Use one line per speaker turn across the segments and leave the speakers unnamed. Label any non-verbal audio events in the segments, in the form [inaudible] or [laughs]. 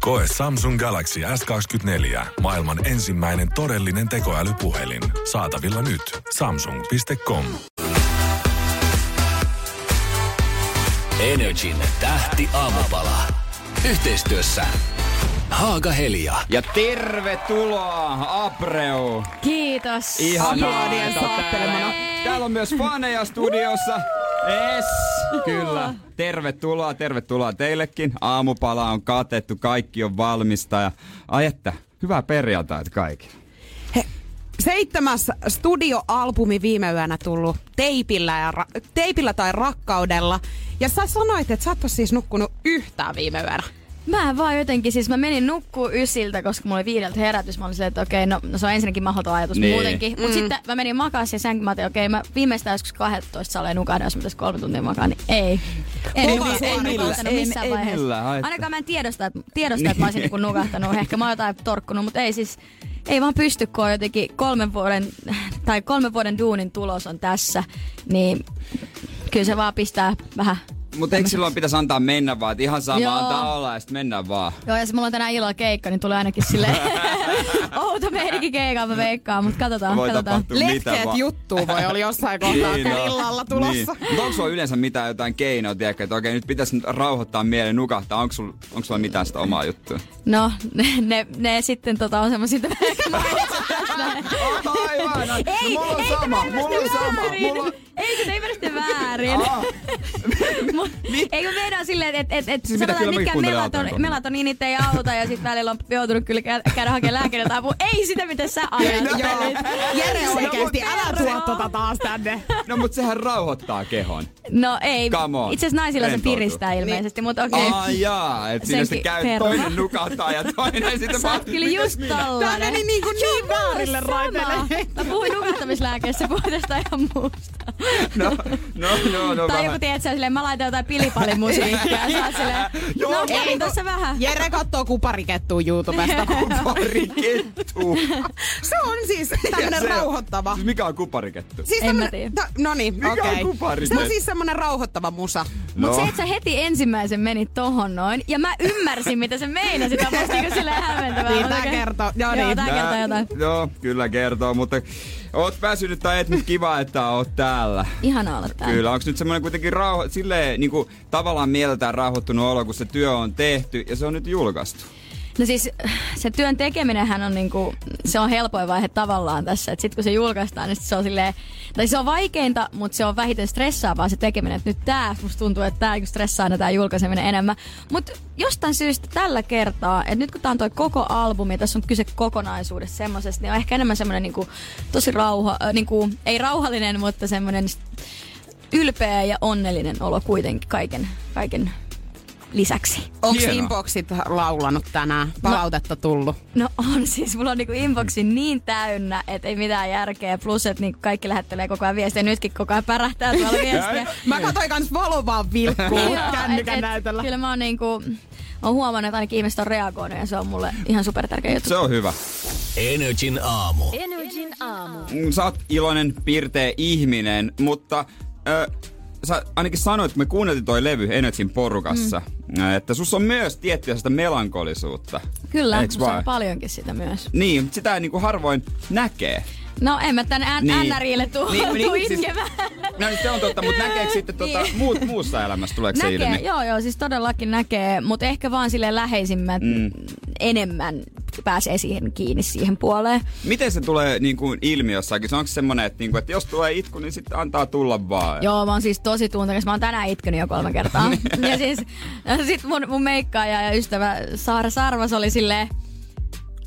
Koe Samsung Galaxy S24. Maailman ensimmäinen todellinen tekoälypuhelin. Saatavilla nyt. Samsung.com.
Energin tähti aamupala. Yhteistyössä Haaga Helia.
Ja tervetuloa, Apreu!
Kiitos.
Ihanaa,
Jees.
että oot täällä. Täällä on myös faneja studiossa. Es, kyllä. Tervetuloa, tervetuloa teillekin. Aamupala on katettu, kaikki on valmista ja ai että, hyvää perjantaita kaikki.
He, seitsemäs studioalbumi viime yönä tullut teipillä, ja ra- teipillä tai rakkaudella. Ja sä sanoit, että sä et ole siis nukkunut yhtään viime yönä.
Mä en vaan jotenkin, siis mä menin nukkuu ysiltä, koska mulla oli viideltä herätys. Mä olin silleen, että okei, no, no se on ensinnäkin mahdoton ajatus
Niin.
niin. muutenkin. Mut sitten mä menin makaan siihen sänkyyn, mä ajattelin, okei, mä viimeistään joskus 12 saleen nukahdan, niin jos mä tässä kolme tuntia makaan, niin ei. En,
Ei
nuka-
mi- ei
en
millään,
nukahtanut
ei-
missään
ei Niin.
vaiheessa.
millään, ai että.
Ainakaan mä en tiedosta, että, tiedosta, että mä olisin niinku nukahtanut. Ehkä mä oon jotain torkkunut, mutta ei siis, ei vaan pysty, kun on jotenkin kolmen vuoden, tai kolmen vuoden duunin tulos on tässä, niin kyllä se vaan pistää vähän
Mutta eikö silloin pitäisi antaa mennä vaan, että ihan sama Joo.
Joo.
antaa olla ja sitten mennään vaan.
Joo, ja se mulla on tänään illalla keikka, niin tulee ainakin sille outo meininki keikalla, mä veikkaan, mutta katsotaan,
Voi
katsotaan.
tapahtua mitä
Lehkeet
vaan.
juttuu voi olla jossain kohtaa
Niin, no.
illalla tulossa.
Niin. Mut Onko sulla yleensä mitään jotain keinoa, tiedätkö, että okei, nyt pitäisi nyt rauhoittaa mielen nukahtaa. Onko sulla, onko sulla mitään sitä omaa juttua?
No, ne, ne, ne sitten tota, on semmosia, että mä ehkä mainitsen näin.
Aivan, no,
Ei,
mulla on
ei,
sama,
kun te
mulla on
ymmärrätte
sama.
väärin.
Mulla on...
Ei, kun te ymmärrätte väärin.
Ah,
Mut- Ei kun meidän on silleen, että et, et,
Siis mitä kyllä
sanotaan, että
mäkin
mitkä
kuuntelen
melaton,
autoa.
melatoniinit ei auta ja sitten välillä on joutunut kyllä kä- käydä hakemaan lääkäriltä apua. Ei sitä, mitä sä ajat.
Joo. Jere
Se
oikeesti,
on
älä
tervetuloa.
tuo tota taas tänne.
no mut sehän rauhoittaa kehon.
No ei,
Come on.
itse asiassa naisilla se
Rentoutuu.
piristää ilmeisesti, mutta okei.
Ai jaa, et siinä sitten
Senkin
käy
peruna.
toinen nukahtaa ja toinen sitten
Sä oot kyllä just
Tää
tollanen.
meni niinku niin väärille
Sama.
raiteille.
Mä puhuin nukahtamislääkeessä, puhuin tästä ihan muusta.
No, no, no, no
tai joku
vähän.
tiedät sä silleen, mä laitan jotain pilipalimusiikkia ja sä oot
[laughs]
silleen,
Joo,
no
ei,
kävin tossa vähän. Niin.
Jere kattoo kuparikettua
[laughs]
YouTubesta.
Kupari kettu.
Se on siis tämmönen rauhoittava.
Siis mikä on kuparikettu?
Siis
En mä
tämmönen-
tiedä.
ta- no niin,
Mikä on
okei.
kuparikettu?
Se on siis semmonen rauhoittava musa.
Mut
No.
se, että sä heti ensimmäisen menit tohon noin, ja mä ymmärsin, mitä se meinasi, tää on musta niinku silleen hämmentävää.
Niin,
Mut
tää
okei.
kertoo. Joo,
Joo,
niin.
tää kertoo jotain.
Joo, No, kyllä kertoo, mutta oot päässyt tai et, mutta kiva, että oot täällä.
Ihana olla täällä.
Kyllä, onko nyt semmoinen kuitenkin rauho, silleen niinku, tavallaan mieltään rauhoittunut olo, kun se työ on tehty ja se on nyt julkaistu.
No siis se työn tekeminenhän on niinku, se on helpoin vaihe tavallaan tässä. Et sit kun se julkaistaan, niin sit se on silleen, tai se on vaikeinta, mutta se on vähiten stressaavaa se tekeminen. Et nyt tää, musta tuntuu, että tää niinku stressaa aina tää julkaiseminen enemmän. Mutta jostain syystä tällä kertaa, että nyt kun tää on toi koko albumi, ja tässä on kyse kokonaisuudesta semmosesta, niin on ehkä enemmän semmonen niinku, tosi rauha, äh, niinku, ei rauhallinen, mutta semmonen ylpeä ja onnellinen olo kuitenkin kaiken, kaiken lisäksi.
Onks
Hienoa.
inboxit laulanut tänään? Palautetta tullut?
No on [laughs] siis, mulla on niinku inboxi niin täynnä, että ei mitään järkeä. Plus, että niinku kaikki lähettelee koko ajan viestiä. Nytkin koko ajan pärähtää tuolla viestiä.
Mä katsoin kans valovaa vilkkuu
Joo, et-
kännykän
et
näytöllä.
Kyllä mä oon niinku, oon huomannut, että ainakin ihmiset on reagoinut ja se on mulle ihan supertärkeä juttu.
Se on hyvä.
Energin aamu.
Mm, Sä oot iloinen, pirteä ihminen, mutta ö, sä ainakin sanoit, että me kuunneltiin toi levy Energyn porukassa, mm. että sus on myös tiettyä sitä melankolisuutta.
Kyllä,
Eiks
musta
vaan?
on paljonkin sitä myös.
Niin, mutta sitä ei niinku harvoin näkee.
No en mä tän
Niin. niinku
niin. NRIlle tuu, tuu
[laughs]
itkemään.
no niin, se on totta, mutta näkeekö sitten tota,
Niin.
muut, muussa elämässä, tuleeko se
Näkee,
ilmi?
joo joo, siis todellakin näkee, mutta ehkä vaan sille läheisimmät mm. enemmän pääsee siihen kiinni siihen puoleen.
Miten se tulee niin kuin ilmi jossakin? Se onko semmoinen, että, niin kuin, että jos tulee itku, niin sitten antaa tulla vaan?
Joo, mä oon siis tosi tuntekas. Mä oon tänään itkenyt jo kolme kertaa. ja siis sit mun, mun meikkaaja ja ystävä Saara Sarvas oli silleen,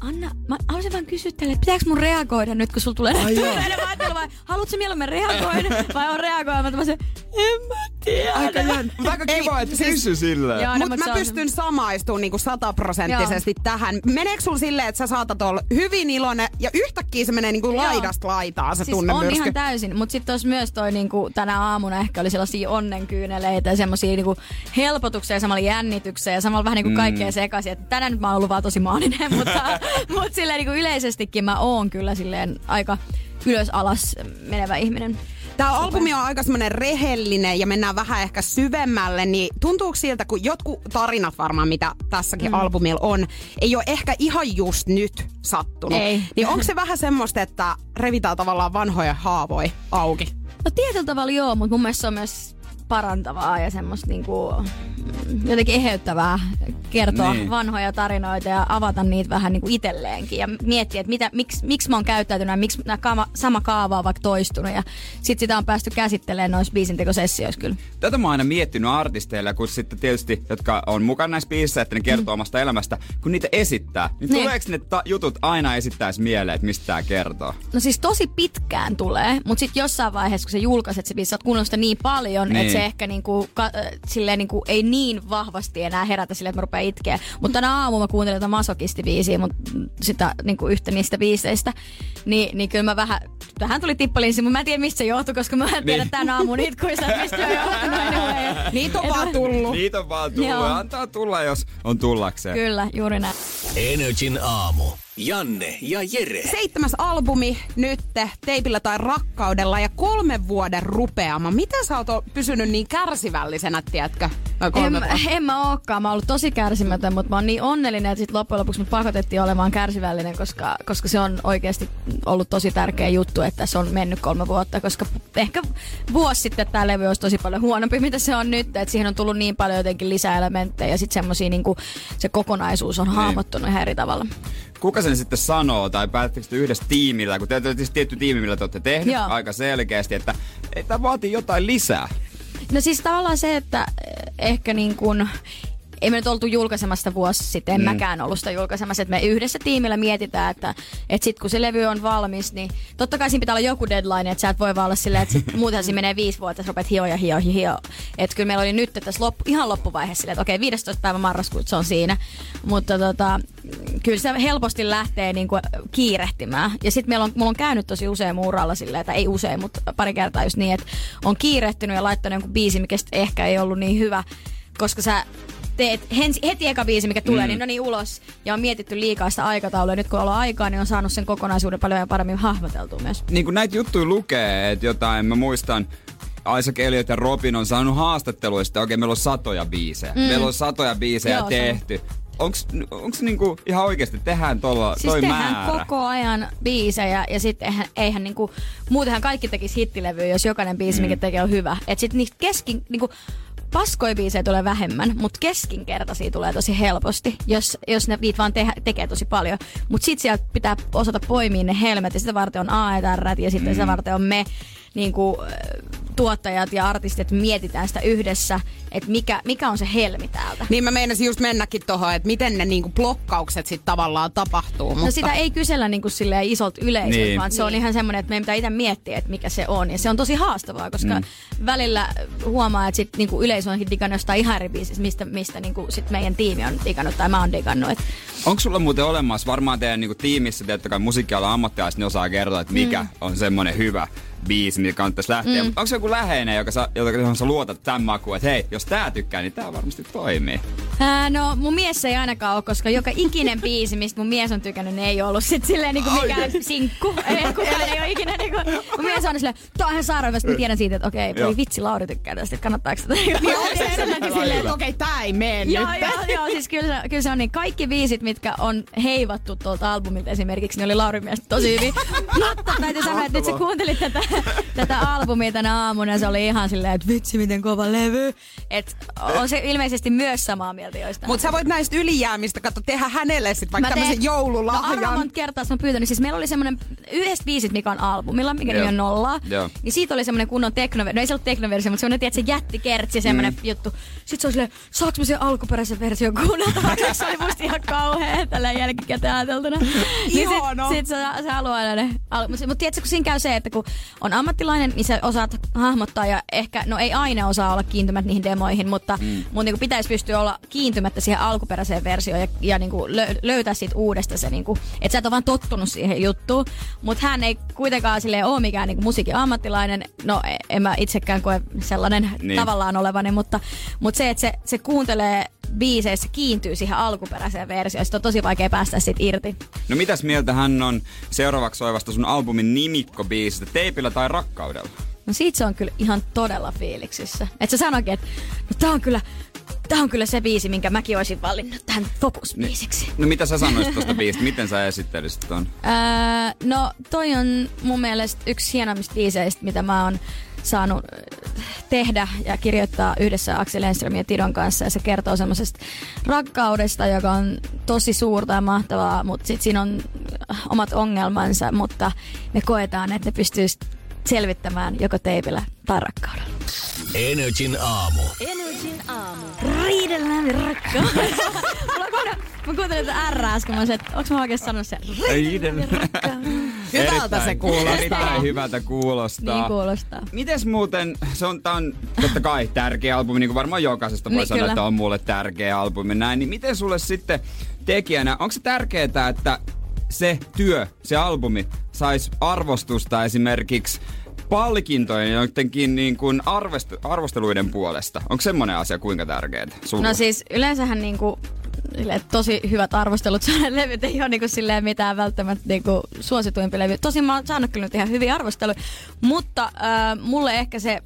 Anna, mä haluaisin vaan kysyä teille, että pitääkö mun reagoida nyt, kun sulla tulee näitä tunteita? Mä ajattelin vaan, haluatko mieluummin reagoida vai on reagoimatta? Mä sanoin, en mä
Aika jänn. Mutta aika kiva,
Ei,
että
siis-
kysy sillä.
Joo. Aina,
Mutta
mut se
mä
on-
pystyn samaistumaan niinku sataprosenttisesti tähän. Meneekö sulla silleen, että sä saatat olla hyvin iloinen ja yhtäkkiä se menee niinku
Joo.
laidasta laitaan se
Siis on
tunnemyrsky?
ihan täysin, mutta sitten olisi myös toi niinku, tänä aamuna ehkä oli sellaisia onnenkyyneleitä ja semmoisia niinku, helpotuksia ja samalla jännityksiä ja samalla vähän niinku, kaikkea sekaisin. Et tänään nyt mä oon ollut vaan tosi maaninen, [laughs] mutta mut, silleen, niinku, yleisestikin mä oon kyllä silleen aika ylös alas menevä ihminen.
Tämä albumi on aika semmoinen rehellinen ja mennään vähän ehkä syvemmälle, niin tuntuuko siltä, kun jotkut tarinat varmaan, mitä tässäkin mm. albumilla on, ei ole ehkä ihan just nyt sattunut.
Ei.
Niin onko se vähän semmoista, että revitään tavallaan vanhoja haavoja
[laughs]
auki?
No tietyllä tavalla joo, mutta mun mielestä se on myös parantavaa ja semmoista niinku, mm, jotenkin eheyttävää kertoa
Niin.
niin. vanhoja tarinoita ja avata niitä vähän niinku itselleenkin ja miettiä, että mitä, miksi, miksi mä oon käyttäytynyt ja miksi nämä kaava, sama kaava on vaikka toistunut ja sit sitä on päästy käsittelemään noissa biisintekosessioissa kyllä.
Tätä mä oon aina miettinyt artisteilla, kun sitten tietysti, jotka on mukana näissä biisissä, että ne kertoo mm. omasta elämästä, kun niitä esittää, niin
Niin.
tuleeko ne ta- jutut aina esittäis mieleen, että mistä tää kertoo?
No siis tosi pitkään tulee, mutta sitten jossain vaiheessa, kun sä julkaiset se biisi, sä oot kuunnellut sitä niin paljon,
Niin.
että se ehkä niinku, ka, äh, silleen niinku, ei niin vahvasti enää herätä silleen, että mä rupean itkeä. Mutta tänä aamulla mä kuuntelin jotain masokistibiisiä, mutta sitä niinku, yhtä niistä biiseistä, niin, niin kyllä mä vähän, vähän tuli tippalinsi, mutta mä en tiedä mistä se johtui, koska mä en tiedä
Niin.
tämän aamun itkuista, että mistä se on
[laughs]
johtunut. anyway.
Niitä on
Et
vaan
mä-
tullut.
Niitä on vaan tullut.
Niin. Joo.
Antaa tulla, jos on tullakseen.
Kyllä, juuri näin.
Energin aamu. Janne ja Jere.
Seitsemäs albumi nyt teipillä tai rakkaudella ja kolmen vuoden rupeama. Miten sä oot o- pysynyt niin kärsivällisenä, tiedätkö? Noin
En,
kolme vuotta.
en mä ookaan. Mä oon ollut tosi kärsimätön, mutta mä oon niin onnellinen, että sit loppujen lopuksi mut pakotettiin olemaan kärsivällinen, koska, koska se on oikeasti ollut tosi tärkeä juttu, että se on mennyt kolme vuotta, koska ehkä vuosi sitten tämä levy olisi tosi paljon huonompi, mitä se on nyt, että siihen on tullut niin paljon jotenkin lisäelementtejä ja sitten semmosia niinku, se kokonaisuus
Niin.
on hahmottunut ihan eri tavalla.
Kuka sen sitten sanoo, tai päättekö te yhdessä tiimillä, kun teillä on tietysti tietty tiimi, millä te olette tehnyt
Joo.
aika selkeästi, että tämä vaatii jotain lisää.
No siis tavallaan se, että eh, ehkä niin kuin, ei me nyt oltu julkaisemasta vuosi sitten, en mm. mäkään ollut sitä julkaisemassa, että me yhdessä tiimillä mietitään, että, että sit kun se levy on valmis, niin totta kai siinä pitää olla joku deadline, että sä et voi vaan olla silleen, että sit, muutenhan siinä menee viisi vuotta, että sä rupeat hioa ja hioa ja hioa. Että kyllä meillä oli nyt tässä loppu, ihan loppuvaiheessa silleen, että okei 15. päivä marraskuuta se on siinä, mutta tota, kyllä se helposti lähtee niin kuin kiirehtimään. Ja sitten meillä on, mulla on käynyt tosi usein mun uralla silleen, tai ei usein, mutta pari kertaa just niin, että on kiirehtinyt ja laittanut jonkun biisin, mikä sit ehkä ei ollut niin hyvä, koska sä teet hens, heti eka biisi, mikä tulee, mm. niin no niin ulos. Ja on mietitty liikaa sitä aikataulua. Ja nyt kun on ollut aikaa, niin on saanut sen kokonaisuuden paljon paremmin hahmoteltua myös.
niin kuin näitä juttuja lukee, että jotain, mä muistan, Isaac Elliot ja Robin on saanut haastatteluista, että okei, meillä on satoja biisejä. Mm. Meillä on satoja biisejä Joo,
Joo, se on-
tehty. Onks, onks niinku ihan oikeasti tehdään tolla,
Siis
toi
tehdään
määrä?
koko ajan biisejä ja sitten eihän, eihän niinku, muutenhan kaikki tekisi hittilevyä, jos jokainen biisi, mm. mikä tekee, on hyvä. Et sit niistä keskin, niinku, paskoja biisejä tulee vähemmän, mutta keskinkertaisia tulee tosi helposti, jos, jos ne, niitä vaan te, tekee tosi paljon. Mutta sit sieltä pitää osata poimia ne helmet ja sitä varten on AETR ja sitten mm. sitä varten on me niinku, äh, tuottajat ja artistit, mietitään sitä yhdessä, että mikä, mikä on se helmi täältä.
Niin mä meinasin just mennäkin tohon, että miten ne niinku blokkaukset sit tavallaan tapahtuu.
No
mutta...
sitä ei kysellä niin kuin silleen isolta yleisöltä,
Niin.
niin. vaan se on ihan semmoinen, että meidän pitää itse miettiä, että mikä se on. Ja se on tosi haastavaa, koska mm. välillä huomaa, että sit niin kuin yleisö onkin digannut jostain ihan eri biisistä, mistä, mistä niin kuin sit meidän tiimi on digannut tai mä oon digannut. Et
Onko sulla muuten olemassa, varmaan teidän niinku tiimissä, teette kai musiikkialan ammattilaiset, ne osaa kertoa, että mikä mm. on semmonen hyvä biisi, mitä kannattaisi lähteä. Mm. Onko joku läheinen, joka sä, jota- johon sä luotat tämän makuun, että hei, jos tää tykkää, niin tää varmasti toimii.
Ää, no mun mies ei ainakaan ole, koska joka ikinen biisi, mistä mun mies on tykännyt, ne ei ollut sit silleen niinku mikään sinkku. Ei, kukaan ei ole ikinä niinku, mun mies on aina silleen, tää on ihan sairaan, mä tiedän siitä, että okei,
Joo.
voi vitsi, Lauri tykkää tästä, että kannattaako tätä. niinku-
Niin onko se enemmänkin
Lailla.
silleen, että okei, tää ei mene nyt?
Joo, joo, joo, siis kyllä, se- kyllä se on niin. Kaikki viisit, mitkä on heivattu tuolta albumilta esimerkiksi, ne oli Laurin mielestä tosi hyvin. Mutta täytyy sanoa, että nyt sä kuuntelit tätä, tätä albumia tänä aamuna ja se oli ihan silleen, että vitsi miten kova levy. Et on se ilmeisesti myös samaa mieltä. sieltä joistain.
Mutta sä voit näistä ylijäämistä, katso, tehdä hänelle sitten vaikka
teen-
tämmöisen joululahjan.
No arvo monta kertaa se on pyytänyt. Siis meillä oli semmoinen yhdestä biisit, mikä on albumilla, mikä nimi on
Joo.
nolla.
Joo.
Niin siitä oli semmoinen kunnon teknoversio. No ei se ollut teknoversio, mutta semmoinen tiedätkö, jättikertsi semmoinen
Mm.
juttu. Sitten se oli silleen, saaks mä sen alkuperäisen version kuunneltavaksi? [laughs] se oli musta ihan kauhea tällä jälkikäteen ajateltuna.
Ihana.
sit, sit se, se haluaa aina ne. Al- mutta tiedätkö, kun siinä käy se, että kun on ammattilainen, niin sä osaat hahmottaa ja ehkä, no ei aina osaa olla kiintymät niihin demoihin, mutta mm. mun niin pitäisi pystyä olla kiintymättä siihen alkuperäiseen versioon ja, ja niin kuin lö- löytää siitä uudesta se, niin kuin, että sä et ole vaan tottunut siihen juttuun. Mutta hän ei kuitenkaan sille ole mikään niin kuin musiikin ammattilainen, no e- en mä itsekään koe sellainen niin.
Niin.
tavallaan olevani, mutta, mutta se, että se, se kuuntelee biiseissä, kiintyy siihen alkuperäiseen versioon, sit on tosi vaikea päästä siitä irti.
No mitäs mieltä hän on seuraavaksi soivasta sun albumin nimikkobiisistä, teipillä tai rakkaudella?
No sit se on kyllä ihan todella fiiliksissä. Et se sanoikin, että no tää on kyllä, tää on kyllä se biisi, minkä mäkin olisin valinnut tähän fokusbiisiksi.
No mitä sä sanoisit tosta biisistä? Miten sä esittelisit ton?
Öö, no toi on mun mielestä yksi hienoimmista biiseistä, mitä mä oon saanut äh, tehdä ja kirjoittaa yhdessä Aksel Enströmin ja Tidon kanssa. Ja se kertoo semmoisesta rakkaudesta, joka on tosi suurta ja mahtavaa, mutta sit siinä on äh, omat ongelmansa, mutta me koetaan, että ne pystyisi selvittämään joko teipillä tai rakkaudella.
Energin aamu.
riidellään rakkaus. Mulla on kuunnellut- mä kuuntelin tätä R äsken, mä olisin, että onko mä oikein sanonut sen? niin
Hyvältä se
Erittäin-
kuulostaa.
Erittäin hyvältä kuulostaa.
Niin kuulostaa.
Mites muuten, se on, tää on totta kai tärkeä albumi, niin kuin varmaan jokaisesta voi
Niin,
niin, sanoa,
kyllä.
että on mulle tärkeä albumi näin, niin miten sulle sitten tekijänä, onko se tärkeää, että se työ, se albumi, saisi arvostusta esimerkiksi palkintojen jotenkin niin kuin arvest- arvosteluiden puolesta? Onko semmoinen asia kuinka tärkeää sulle?
No siis yleensähän niinku silleen, tosi hyvät arvostelut saaneen levyt ei ole niinku silleen mitään välttämättä niinku suosituimpi levy. Tosin mä oon saanut kyllä nyt ihan hyviä arvosteluja, mutta äh, mulle ehkä se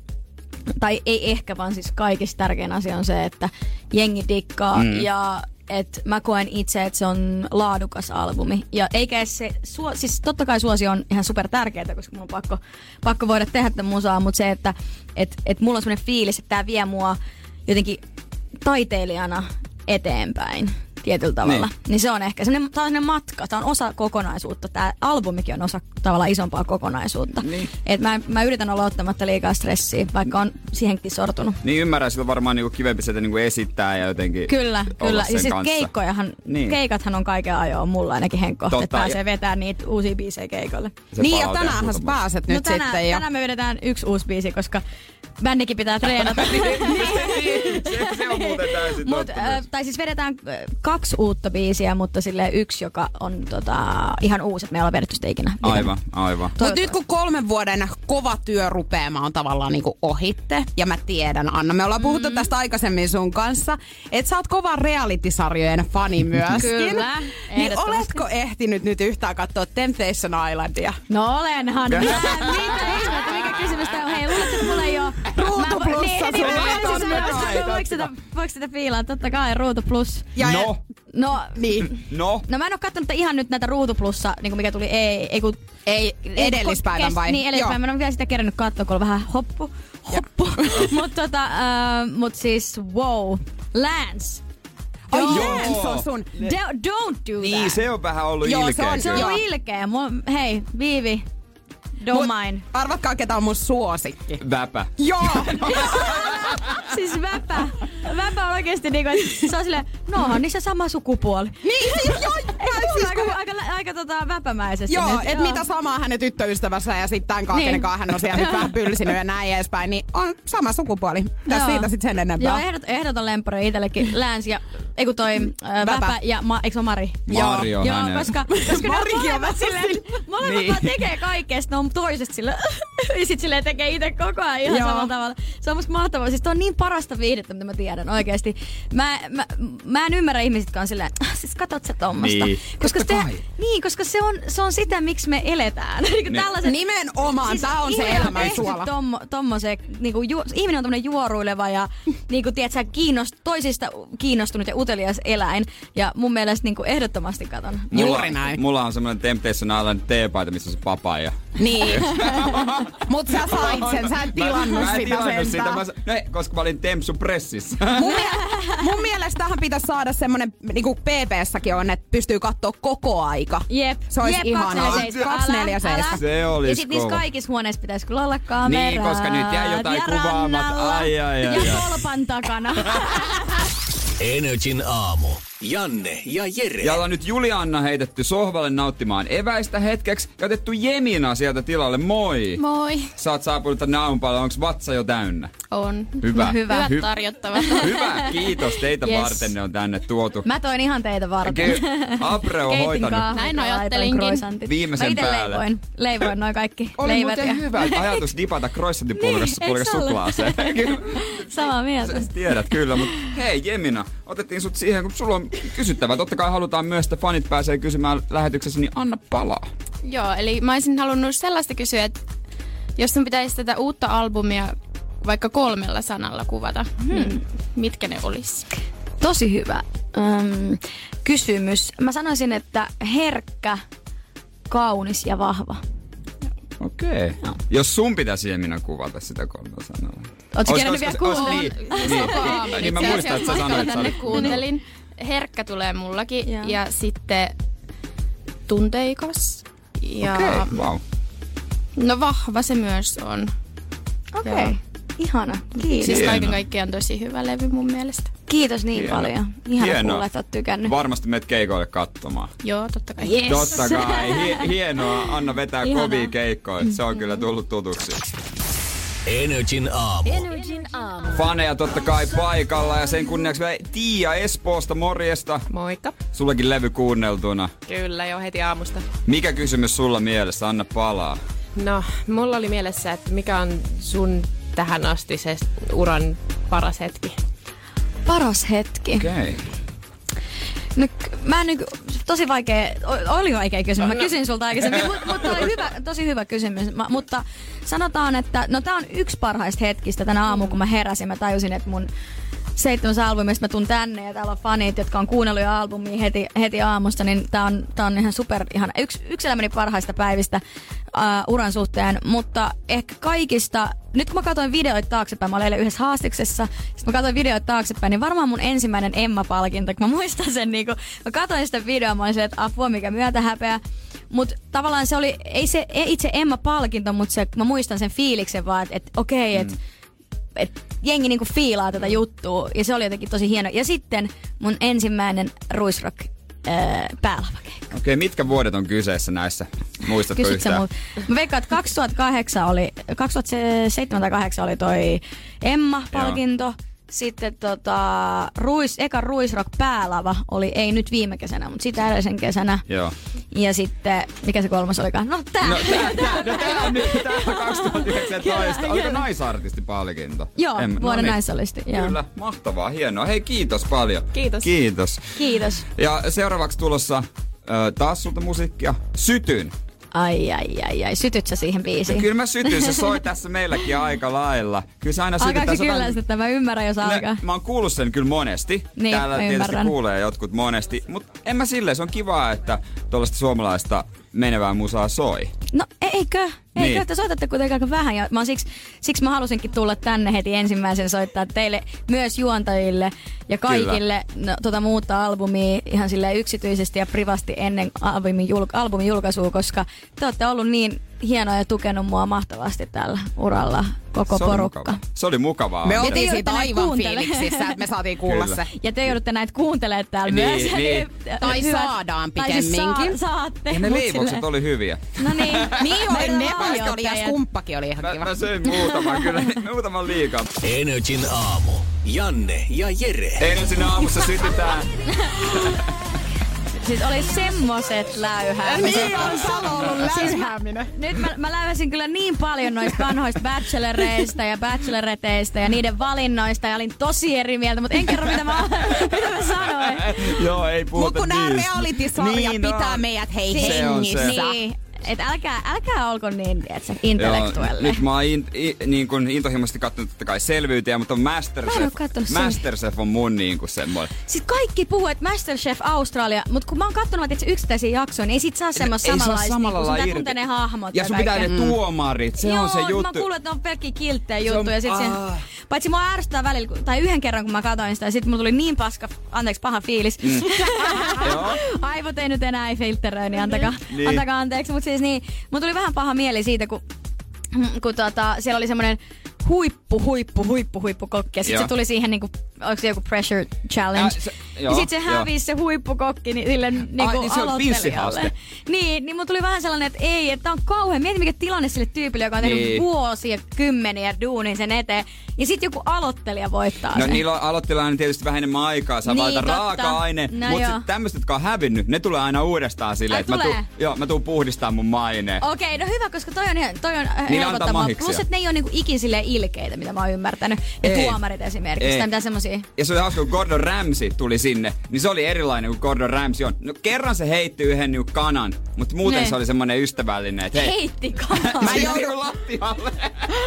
tai ei ehkä, vaan siis kaikista tärkein asia on se, että jengi dikkaa mm. ja että mä koen itse, että se on laadukas albumi. Ja eikä edes se, suo, siis totta kai suosi on ihan super tärkeää, koska mun on pakko, pakko voida tehdä tätä musaa, mutta se, että et, et mulla on semmoinen fiilis, että tämä vie mua jotenkin taiteilijana eteenpäin tietyllä tavalla. Niin,
Niin.
niin se on ehkä semmoinen, tää on semmoinen matka, tämä on osa kokonaisuutta, tämä albumikin on osa tavallaan isompaa kokonaisuutta.
Niin.
Et mä, mä yritän olla ottamatta liikaa stressiä, vaikka on siihenkin sortunut.
Niin ymmärrän, sillä on varmaan niinku kivempi sitä niinku esittää ja jotenkin
Kyllä,
olla
kyllä.
sen
Ja siis
kanssa.
keikkojahan, niin.
Niin.
keikathan on kaiken ajoa mulla ainakin Henkko,
Totta,
että pääsee
ja-
vetää niitä uusia biisejä keikolle.
Se
Niin ja
palaute-
tänäänhän sä pääset
No
nyt
tänään,
sitten jo.
tänään me vedetään yksi uusi biisi, koska bändikin
[laughs]
pitää treenata.
[laughs] Niin. se, se on muuten täysin
[laughs] Mut,
totta.
äh, tai siis vedetään äh, kaksi uutta biisiä, mutta sille yksi, joka on tota, ihan uusi, että me ei olla vedetty sitä ikinä.
Aivan, aivan.
Mutta
Toivottavasti.
nyt kun kolmen vuoden kova työ rupeamaan on tavallaan niinku ohitte, ja mä tiedän Anna, me ollaan
Mm.
puhuttu tästä aikaisemmin sun kanssa, että sä oot kova reality-sarjojen fani myöskin.
[laughs] Kyllä,
Niin
ehdottomasti.
oletko ehtinyt nyt yhtään katsoa Temptation Islandia?
No olenhan. Mitä, mitä ihmettä, mikä kysymys tää on? Hei, luuletko, että mulla ei oo...
Ruutu
Mä-
plussa
niin, niin, mä
sulla on
olisin
nyt
sanomassa,
aika.
Voiko sitä, voiko sitä piilaa? Totta kai, ruutu plus.
Ja
no,
No,
Niin.
no.
No mä en oo kattonut ihan nyt näitä ruutuplussa, niin mikä tuli ei, ei kun... Ei,
edellispäivän
kes-
vai?
Niin, edellispäivän. Mä en vielä sitä kerännyt katsoa, kun oli vähän hoppu. Hoppu. [laughs] mut tota, äh, mut siis wow. Lance,
Ai
Joo.
Jens on sun.
do, don't do
Niin,
that.
se on vähän ollut
Joo, se
ilkeä.
on-
se on
kyllä.
ollut
Joo.
ilkeä. Mua, hei, Viivi, don't
Mut
mind.
Arvatkaa, ketä on mun suosikki.
Väpä.
[laughs]
Joo!
siis väpä. Väpä on oikeesti niinku, että se on silleen, noohan niissä sama sukupuoli.
niin, siis joo,
Ei, se
siis
siis aika,
kun-
aika, aika, aika tota, väpämäisesti
Joo,
nyt.
et mitä samaa hänen tyttöystävänsä ja sitten tämän
Niin.
kaakenen niin. hän on siellä nyt vähän pylsinyt ja näin edespäin, niin on sama sukupuoli. Tässä
Joo.
siitä sitten sen enempää.
Joo, er- ehdot, ehdoton lempari itsellekin. Länsi ja, ei kun toi äh,
Väpä.
Väpä ja, ma, eikö se ole Mari?
Mari on
Joo,
hänen.
koska, koska ne on
Marikin on vähän
molemmat silleen,
sillä-
molemmat
Niin.
vaan tekee kaikkea, sit ne on toisesta sillä, [laughs] ja sit silleen tekee itse koko ajan ihan
Joo.
samalla tavalla. Se on musta mahtavaa, siis toi on niin parasta viihdettä, mitä mä tiedän oikeesti. Mä, mä, mä en ymmärrä ihmiset, jotka on silleen, "Ah, siis katot sä tommasta.
Niin.
Koska
Totta
se,
kai.
niin, koska se on, se on sitä, miksi me eletään. [laughs] niin. tällaiset, Siis
Nimenomaan, tää on se
ihminen
elämän
tehty
suola.
Tommo, tommose, niinku, ju, ihminen on tämmönen juoruileva ja niinku, tiedätkö, kiinnost, toisista kiinnostunut ja utelias eläin. Ja mun mielestä niinku, ehdottomasti katon.
Juuri näin.
Mulla on semmoinen Temptation Island teepaita, missä on se papaija.
Niin. Mut sä sait sen, sä et tilannut
mä, en
sitä
tilannut sitä,
sentään.
mä, sa- no, ei, koska mä olin Tempsu Pressissä. [laughs]
Mun, mie- mun mielestä tähän pitäisi saada semmonen, niinku PPssäkin on, että pystyy katsoa koko aika.
Jep.
Se olisi
Jep,
ihanaa.
247. Älä,
247.
älä.
Se
Ja
olis
sit niissä
kova.
kaikissa huoneissa pitäisi kyllä olla kameraa.
Niin, koska nyt jäi jotain kuvaamatta. Ai, ai, ai,
Ja
ai.
kolpan takana.
Energin aamu. Janne ja Jere.
Ja ollaan nyt Julianna heitetty sohvalle nauttimaan eväistä hetkeksi ja otettu Jemina sieltä tilalle. Moi!
Moi.
Sä oot saapunut tänne aamupalle, onks vatsa jo täynnä?
On.
Hyvä.
Hyvä.
Hyvät
Hy-
tarjottavat.
Hyvä, kiitos. Teitä
Yes.
varten ne on tänne tuotu.
Mä toin ihan teitä varten.
Ky- Abre on
Keitin
hoitanut.
kahvit
Näin
ja laitoin
ajattelinkin.
croissantit.
Viimeisen
Mä ite
päälle.
leivoin. Leivoin noin kaikki
Oli
leivät.
muuten
ja-
hyvä ajatus dipata croissantin pulkassa
Niin,
pulkassa
eiks ole?
suklaaseen.
[laughs] Samaa mieltä.
Sä tiedät kyllä, mutta hei Jemina, otettiin sut siihen, kun sulla on kysyttävää. Totta kai halutaan myös, että fanit pääsee kysymään lähetyksessä, niin anna palaa.
[laughs] Joo, eli mä olisin halunnut sellaista kysyä, että jos sun pitäisi tätä uutta albumia vaikka kolmella sanalla kuvata, hmm. niin mitkä ne [laughs] olisi?
Tosi hyvä öm, kysymys. Mä sanoisin, että herkkä, kaunis ja vahva.
Okei. Okay. No. Jos sun pitäisi Jemina kuvata sitä kolmella sanalla.
Ootko
Ois- ois-
kerännyt vielä
ois-
kuulla?
Niin, niin.
Aamun
niin mä
itse
muistan, että
asiassa
sä sanoit,
matkalla
että sä
tänne
olit-
kuuntelin. Herkkä tulee mullakin
Joo.
ja, ja sitten tunteikas. Ja
Okei,
okay.
vau.
no vahva se myös on.
Okei.
Joo.
Ihana. Kiitos.
Siis
Hienoa.
kaiken kaikkiaan tosi hyvä levy mun mielestä.
Kiitos niin
Hienoa.
paljon. Ihana
Hienoa.
kuulla, että oot tykännyt.
Varmasti meet keikoille katsomaan.
Joo, totta kai.
Yes.
Totta kai.
[laughs]
Hie- hienoa. Anna vetää
Ihanaa.
kovia keikkoja. Se on kyllä tullut tutuksi.
Energin aamu.
Faneja totta kai paikalla ja sen kunniaksi vielä Tiia Espoosta. Morjesta.
Moikka.
Sullakin levy kuunneltuna.
Kyllä, jo heti aamusta.
Mikä kysymys sulla mielessä? Anna palaa.
No, mulla oli mielessä, että mikä on sun tähän asti se uran paras hetki?
Paras hetki.
Okei. Okay.
No, k- mä en nyt, tosi vaikea, o- oli vaikea kysymys, mä kysyin sulta aikaisemmin, mutta mut tää oli hyvä, tosi hyvä kysymys. Mä, mutta sanotaan, että no tää on yksi parhaista hetkistä tänä aamu, kun mä heräsin, mä tajusin, että mun seitsemäs albumista mä tuun tänne ja täällä on fanit, jotka on kuunnellut jo albumia heti, heti aamusta, niin tää on, tää on ihan super ihana. Yksi, yksi elämäni parhaista päivistä uh, uran suhteen, mutta ehkä kaikista, nyt kun mä katsoin videoita taaksepäin, mä olin eilen yhdessä haastiksessa, sit mä katsoin videoita taaksepäin, niin varmaan mun ensimmäinen Emma-palkinto, kun mä muistan sen, niin kun mä katsoin sitä videoa, mä olin silleen, että apua, mikä myötä häpeä. Mutta tavallaan se oli, ei se ei itse Emma-palkinto, mutta se, mä muistan sen fiiliksen vaan, että et, okei, okay, että et jengi niinku fiilaa tätä juttua ja se oli jotenkin tosi hieno. Ja sitten mun ensimmäinen ruisrock ää, päälavakeikka.
Okei, mitkä vuodet on kyseessä näissä? Muistatko
Kysyt sä
yhtään?
mut. Mä veikkaan, että 2008 oli, 2007 tai 2008 oli toi Emma-palkinto. Sitten tota, ruis, eka Ruisrock päälava oli, ei nyt viime kesänä, mutta sitä edellisen kesänä.
Joo.
Ja sitten, mikä se kolmas olikaan? No tää.
No tää, tää, no, tää on nyt, tää on 2019. Oliko naisartisti palkinto?
[laughs] Joo, vuoden
niin.
naisolisti, joo.
Kyllä, mahtavaa, hienoa. Hei, kiitos paljon.
Kiitos.
Kiitos.
Kiitos.
Ja seuraavaksi tulossa ö, taas sulta musiikkia. Sytyn.
Ai, ai, ai, ai. Sytyt sä siihen biisiin?
No, Kyllä mä sytyn,
[laughs]
se soi tässä meilläkin aika lailla. Kyllä sä aina sytyt
Alkaako se
tässä
kyllä, että mä ymmärrän, jos alkaa?
Ne, mä oon kuullut sen kyllä monesti.
Niin,
Täällä
mä
tietysti
ymmärrän.
kuulee jotkut monesti. Mutta en mä silleen, se on kivaa, että tuollaista suomalaista menevää musaa soi.
No e- eikö? Eikö,
Niin.
niin. että soitatte kuitenkin aika vähän. Ja mä oon siksi, siksi mä halusinkin tulla tänne heti ensimmäisen soittaa teille, myös juontajille ja kaikille no, tota muuta albumia ihan silleen yksityisesti ja privasti ennen albumin, julk- albumin julkaisua, koska te olette ollut niin hienoja ja tukenut mua mahtavasti tällä uralla koko
se oli
porukka.
Mukavaa. Se oli mukavaa.
Me
Ja-
te
oltiin
joudutte
siitä
näin
aivan
kuuntelemaan.
fiiliksissä, että me saatiin kuulla
Kyllä.
se.
Ja te joudutte näitä kuuntelemaan täällä
Niin,
myös.
niin.
Tai
Hyvät-
saadaan
Tai siis
pikemminkin.
saa, saatte.
Ja ne
mut
leivokset
silleen-
oli hyviä.
No niin.
Niin oli,
Meidän
ne
lahjoittajat.
päästä oli ja skumppakin oli ihan
Mä,
kiva.
mä söin muutaman
[laughs]
kyllä, muutaman liikaa.
Energin aamu. Janne ja Jere.
Ei nyt sinne aamussa
[laughs]
sytytään.
Siis oli semmoset läyhäämiset. Siis
Niin on Salo ollut läyhääminen.
Nyt mä, mä läväsin kyllä niin paljon noista vanhoista bacheloreista ja bacheloreteista ja niiden valinnoista ja olin tosi eri mieltä, mutta en kerro mitä mä, mitä mä sanoin.
Joo, ei puhuta
Mutta kun nämä
niistä.
reality-sarjat
Niin
pitää
on.
meidät hei
Se on se.
hengissä.
Niin, et älkää, älkää olko niin, tietsä,
Joo,
intellektuelle.
nyt mä oon in, i, niin kuin intohimoisesti katsonut totta kai selvyytiä, mutta
Mä en oo
Masterchef,
kattonut selvi-
Masterchef on mun niin kuin semmoinen.
Sitten kaikki puhuu, että Masterchef Australia, mutta kun mä oon katsonut vain yksittäisiä jaksoja, niin ei sit saa semmoista
Ei saa
samanlaista,
samalla
niin kun sun
lailla irti.
pitää tuntea ne hahmot.
Ja sun pitää ne
kaikkea. Mm.
tuomarit, se
Joo,
on se juttu.
mä kuulen, että ne on pelkkiä kilttejä
Se on-
juttuja. Sit siihen,
Ah.
paitsi mua ärsyttää välillä, kun- tai yhden kerran kun mä katsoin sitä, ja sitten mulla tuli niin paska, anteeksi, paha fiilis. [laughs] Mm.
Joo.
Aivot ei nyt enää ei filtteröi, niin antakaa,
Niin.
niin. antakaa anteeksi. Mutta siis niin, mulla tuli vähän paha mieli siitä, kun, kun tota, siellä oli semmoinen huippu, huippu, huippu, huippukokki. Ja sitten
Joo.
se tuli siihen, niinku, onko se joku pressure challenge.
Ä,
Ä,
se-
se,
joo,
ja sitten se
joo.
hävisi se huippukokki niin, sille niinku,
niin se oli
aloittelijalle.
pinssihaaste.
Niin, niin mulla tuli vähän sellainen, että ei, että tää on kauhean. Mieti mikä tilanne sille tyypille, joka on tehnyt
Niin.
niin. vuosia, kymmeniä duunin sen eteen. Ja sitten joku aloittelija voittaa
No
sen.
niillä on- aloitteilla on tietysti vähän enemmän aikaa, saa
Niin,
valita
totta.
raaka-aine,
No
mutta
joo.
sitten tämmöiset, jotka on hävinnyt, ne tulee aina uudestaan silleen,
Ai,
että mä
tulee?
tuun, joo, mä tuun puhdistaa mun maineen.
Okei, no hyvä, koska toi on, ihan- toi on äh,
Niillä antaa
helpottavaa.
mahiksia.
Plus, että ne ei ole niinku ikin silleen ilkeitä, mitä mä oon ymmärtänyt. Ne
Ei.
tuomarit esimerkiksi,
Ei.
tai mitään semmosia.
Ja se oli hauska, kun Gordon Ramsay tuli sinne, niin se oli erilainen kuin Gordon Ramsay on. No kerran se heitti yhden niinku kanan, mutta muuten
Ne.
se oli semmoinen ystävällinen, että hei,
Heitti
[laughs]
kanaa.
mä joudun lattialle.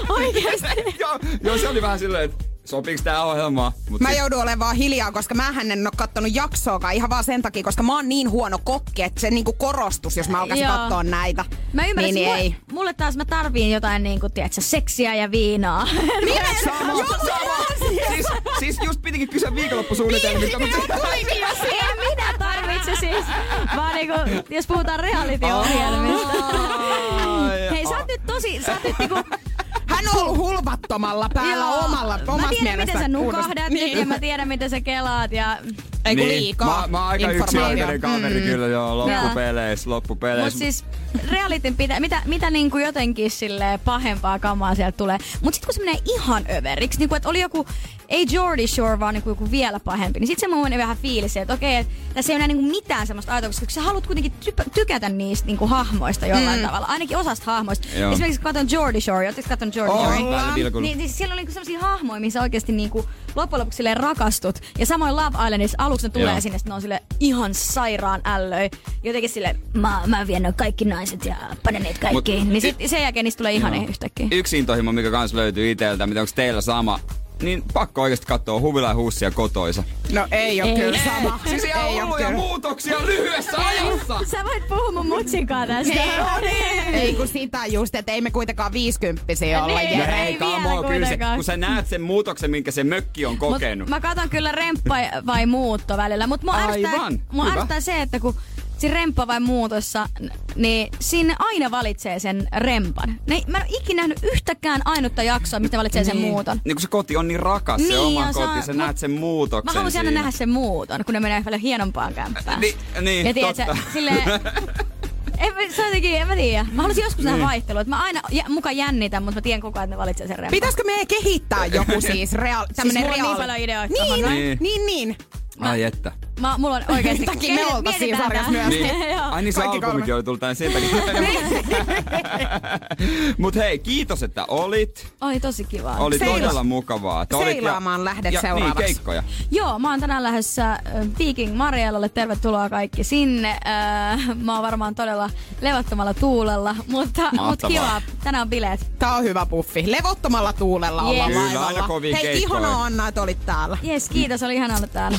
Oikeesti.
[laughs] joo, joo, se oli vähän silleen, että sopiks tää ohjelmaa? Mut
Mä
sit-
joudun olemaan hiljaa, koska mä en ole kattonut jaksoakaan ihan vaan sen takia, koska mä oon niin huono kokki, että se niinku korostus, jos mä alkaisin
Joo.
katsoa näitä.
Mä ymmärrän,
niin,
niin,
ei.
mulle, mulle taas mä tarviin jotain niinku, tiedätkö, seksiä ja viinaa. [laughs]
Miten?
Sama,
Joo,
sama. [laughs] Siis, siis just pitikin kysyä viikonloppusuunnitelmista, mutta...
en minä tarvitse siis, vaan niinku, jos puhutaan reality-ohjelmista.
Ai,
Hei, sä oot nyt tosi, sä oot nyt niinku,
Hän on ollut hulvattomalla päällä
Joo.
omalla,
Mä
omassa
tiedän, miten
mielessä
sä
kunnossa.
nukahdat niin. ja mä tiedän, miten sä kelaat ja
Ei kun
Niin.
liikaa
Mä, mä oon aika
informaatiota.
yksioikoinen kaveri mm. kyllä joo, loppupeleissä, loppupeleissä.
Mut siis realitin pitää, mitä, mitä niinku jotenkin sille pahempaa kamaa sieltä tulee. Mut sit kun se menee ihan överiksi, niinku että oli joku, ei Jordi Shore, vaan niinku joku vielä pahempi, niin sit se mun menee vähän fiilis, että okei, et tässä ei ole niinku mitään semmoista ajatuksia, koska sä haluat kuitenkin typ- tykätä niistä niinku hahmoista jollain mm. tavalla, ainakin osasta hahmoista.
Joo.
Joo. Esimerkiksi kun katson Jordi Shore, ootteko katson Jordi
Oon
Shore?
välillä vilkunut.
Niin, siis siellä on niinku sellaisia hahmoja, missä oikeasti niinku loppujen lopuksi silleen rakastut. Ja samoin Love Islandissa aluksi ne tulee
Joo.
Joo. sinne, sitten ne on sille ihan sairaan ällöi. Jotenkin sille mä, mä vien noi kaikki naiset ja panen niitä kaikki.
Mut-
niin sit, sen jälkeen niistä tulee ihan yhtäkkiä.
Yksi intohimo, mikä kans löytyy iteltä, mitä onko teillä sama, niin pakko oikeasti katsoa huvila ja hussia kotoisa.
No ei oo
Ei.
kyllä [laughs] sama.
Siis ihan
Ei oo
hulluja
kyllä.
muutoksia lyhyessä ajassa!
Sä voit puhua mun mutsikaa tästä.
No
niin.
Ei kun sitä just, että ei me kuitenkaan viisikymppisiä olla.
Niin.
No
Jere.
Ei
hei,
vielä
kamo, kyllä se,
kuitenkaan.
kun sä näet sen muutoksen, minkä se mökki on
Mut
kokenut.
mä katon kyllä remppa vai muutto välillä, mutta mua ärsyttää,
Aivan,
mua
hyvä.
ärsyttää se, että kun siinä remppa vai muutossa, n- niin sinne aina valitsee sen rempan. Ne, mä en ole ikinä nähnyt yhtäkään ainutta jaksoa, mistä valitsee sen muuton.
Niin kun se koti on niin rakas, se
Niin,
oma
ja se
koti,
on-
sä
mut-
näet sen muutoksen
Mä haluaisin aina
siinä.
nähdä sen muuton, kun ne menee paljon hienompaan kämppään.
Niin, niin,
ja tiedät,
totta.
Sä,
[laughs]
silleen, en, mä- se on jotenkin, en mä tiedä. Mä haluaisin joskus
Niin.
nähdä vaihtelua. että Mä aina jä, muka jännitän, mutta mä tiedän koko ajan, että ne valitsee sen rempan.
Pitäisikö me kehittää joku siis real, tämmönen
mulla on niin
reaali-
paljon ideoita
Niin,
tuohon
noin.
niin, niin. niin.
Ai että.
Mä, mulla on oikeesti...
Sen takia me oltais
Mietitään
siinä sarjassa
tää.
myöskin.
Niin.
Joo. Niin.
Ai niin se
Kaikki
albumikin
kolme.
oli tullut tänne sen
[laughs]
takia. [laughs] Mut hei, kiitos että olit.
Oli tosi kiva.
Oli
Seila-
todella mukavaa. että olit ja-
Seilaamaan lähdet
ja,
seuraavaksi.
Niin, keikkoja.
Joo, mä oon tänään lähdössä äh, Viking Mariellalle. Tervetuloa kaikki sinne. Äh, Mä oon varmaan todella levottomalla tuulella, mutta, mutta
Mahtavaa.
kiva. Tänään on bileet.
Tää on hyvä puffi. Levottomalla tuulella
Jee.
ollaan
Kyllä,
laivalla.
aina kovin
Hei,
keikkoja.
ihanaa Anna, että olit täällä.
Jes, kiitos. Oli ihana olla täällä.